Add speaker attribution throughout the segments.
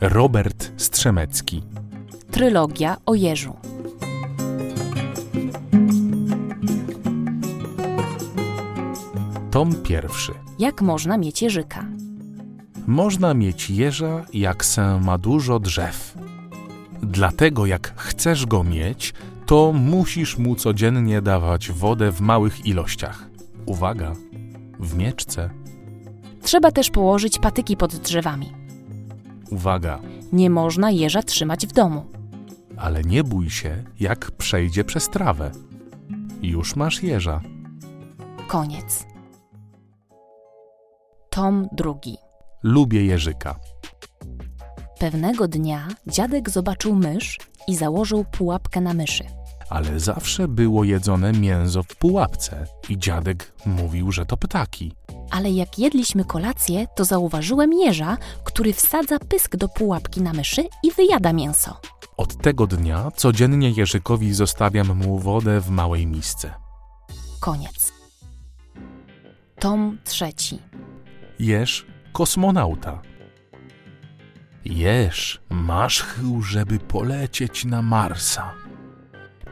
Speaker 1: Robert Strzemecki.
Speaker 2: Trylogia o Jerzu.
Speaker 1: Tom pierwszy.
Speaker 2: Jak można mieć Jerzyka?
Speaker 1: Można mieć jeża, jak se ma dużo drzew. Dlatego jak chcesz go mieć, to musisz mu codziennie dawać wodę w małych ilościach. Uwaga, w mieczce.
Speaker 2: Trzeba też położyć patyki pod drzewami.
Speaker 1: Uwaga,
Speaker 2: Nie można jeża trzymać w domu.
Speaker 1: ale nie bój się, jak przejdzie przez trawę. Już masz jeża.
Speaker 2: Koniec. Tom drugi.
Speaker 1: Lubię jeżyka.
Speaker 2: Pewnego dnia dziadek zobaczył mysz i założył pułapkę na myszy.
Speaker 1: ale zawsze było jedzone mięso w pułapce i dziadek mówił, że to ptaki.
Speaker 2: Ale jak jedliśmy kolację, to zauważyłem jeża, który wsadza pysk do pułapki na myszy i wyjada mięso.
Speaker 1: Od tego dnia codziennie Jerzykowi zostawiam mu wodę w małej misce.
Speaker 2: Koniec. Tom trzeci.
Speaker 1: Jesz kosmonauta. Jesz, masz chył, żeby polecieć na Marsa.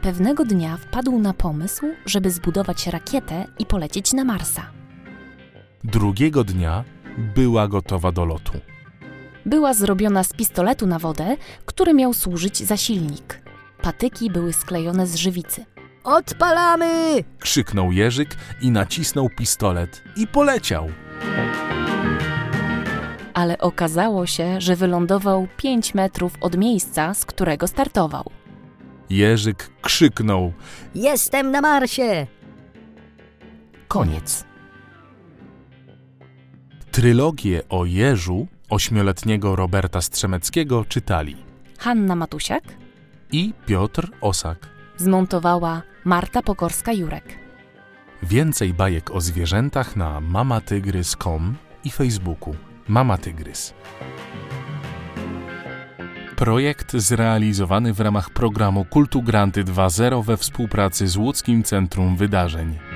Speaker 2: Pewnego dnia wpadł na pomysł, żeby zbudować rakietę i polecieć na Marsa.
Speaker 1: Drugiego dnia była gotowa do lotu.
Speaker 2: Była zrobiona z pistoletu na wodę, który miał służyć za silnik. Patyki były sklejone z żywicy.
Speaker 3: Odpalamy!
Speaker 1: Krzyknął Jerzyk i nacisnął pistolet i poleciał.
Speaker 2: ale okazało się, że wylądował 5 metrów od miejsca, z którego startował.
Speaker 1: Jerzyk krzyknął.
Speaker 3: Jestem na Marsie!
Speaker 1: Koniec. Trylogię o Jerzu ośmioletniego Roberta Strzemeckiego czytali
Speaker 2: Hanna Matusiak
Speaker 1: i Piotr Osak.
Speaker 2: zmontowała Marta Pokorska-Jurek.
Speaker 1: Więcej bajek o zwierzętach na mamatygrys.com i Facebooku Mama Tygrys. Projekt zrealizowany w ramach programu Kultu Granty 2.0 we współpracy z Łódzkim Centrum Wydarzeń.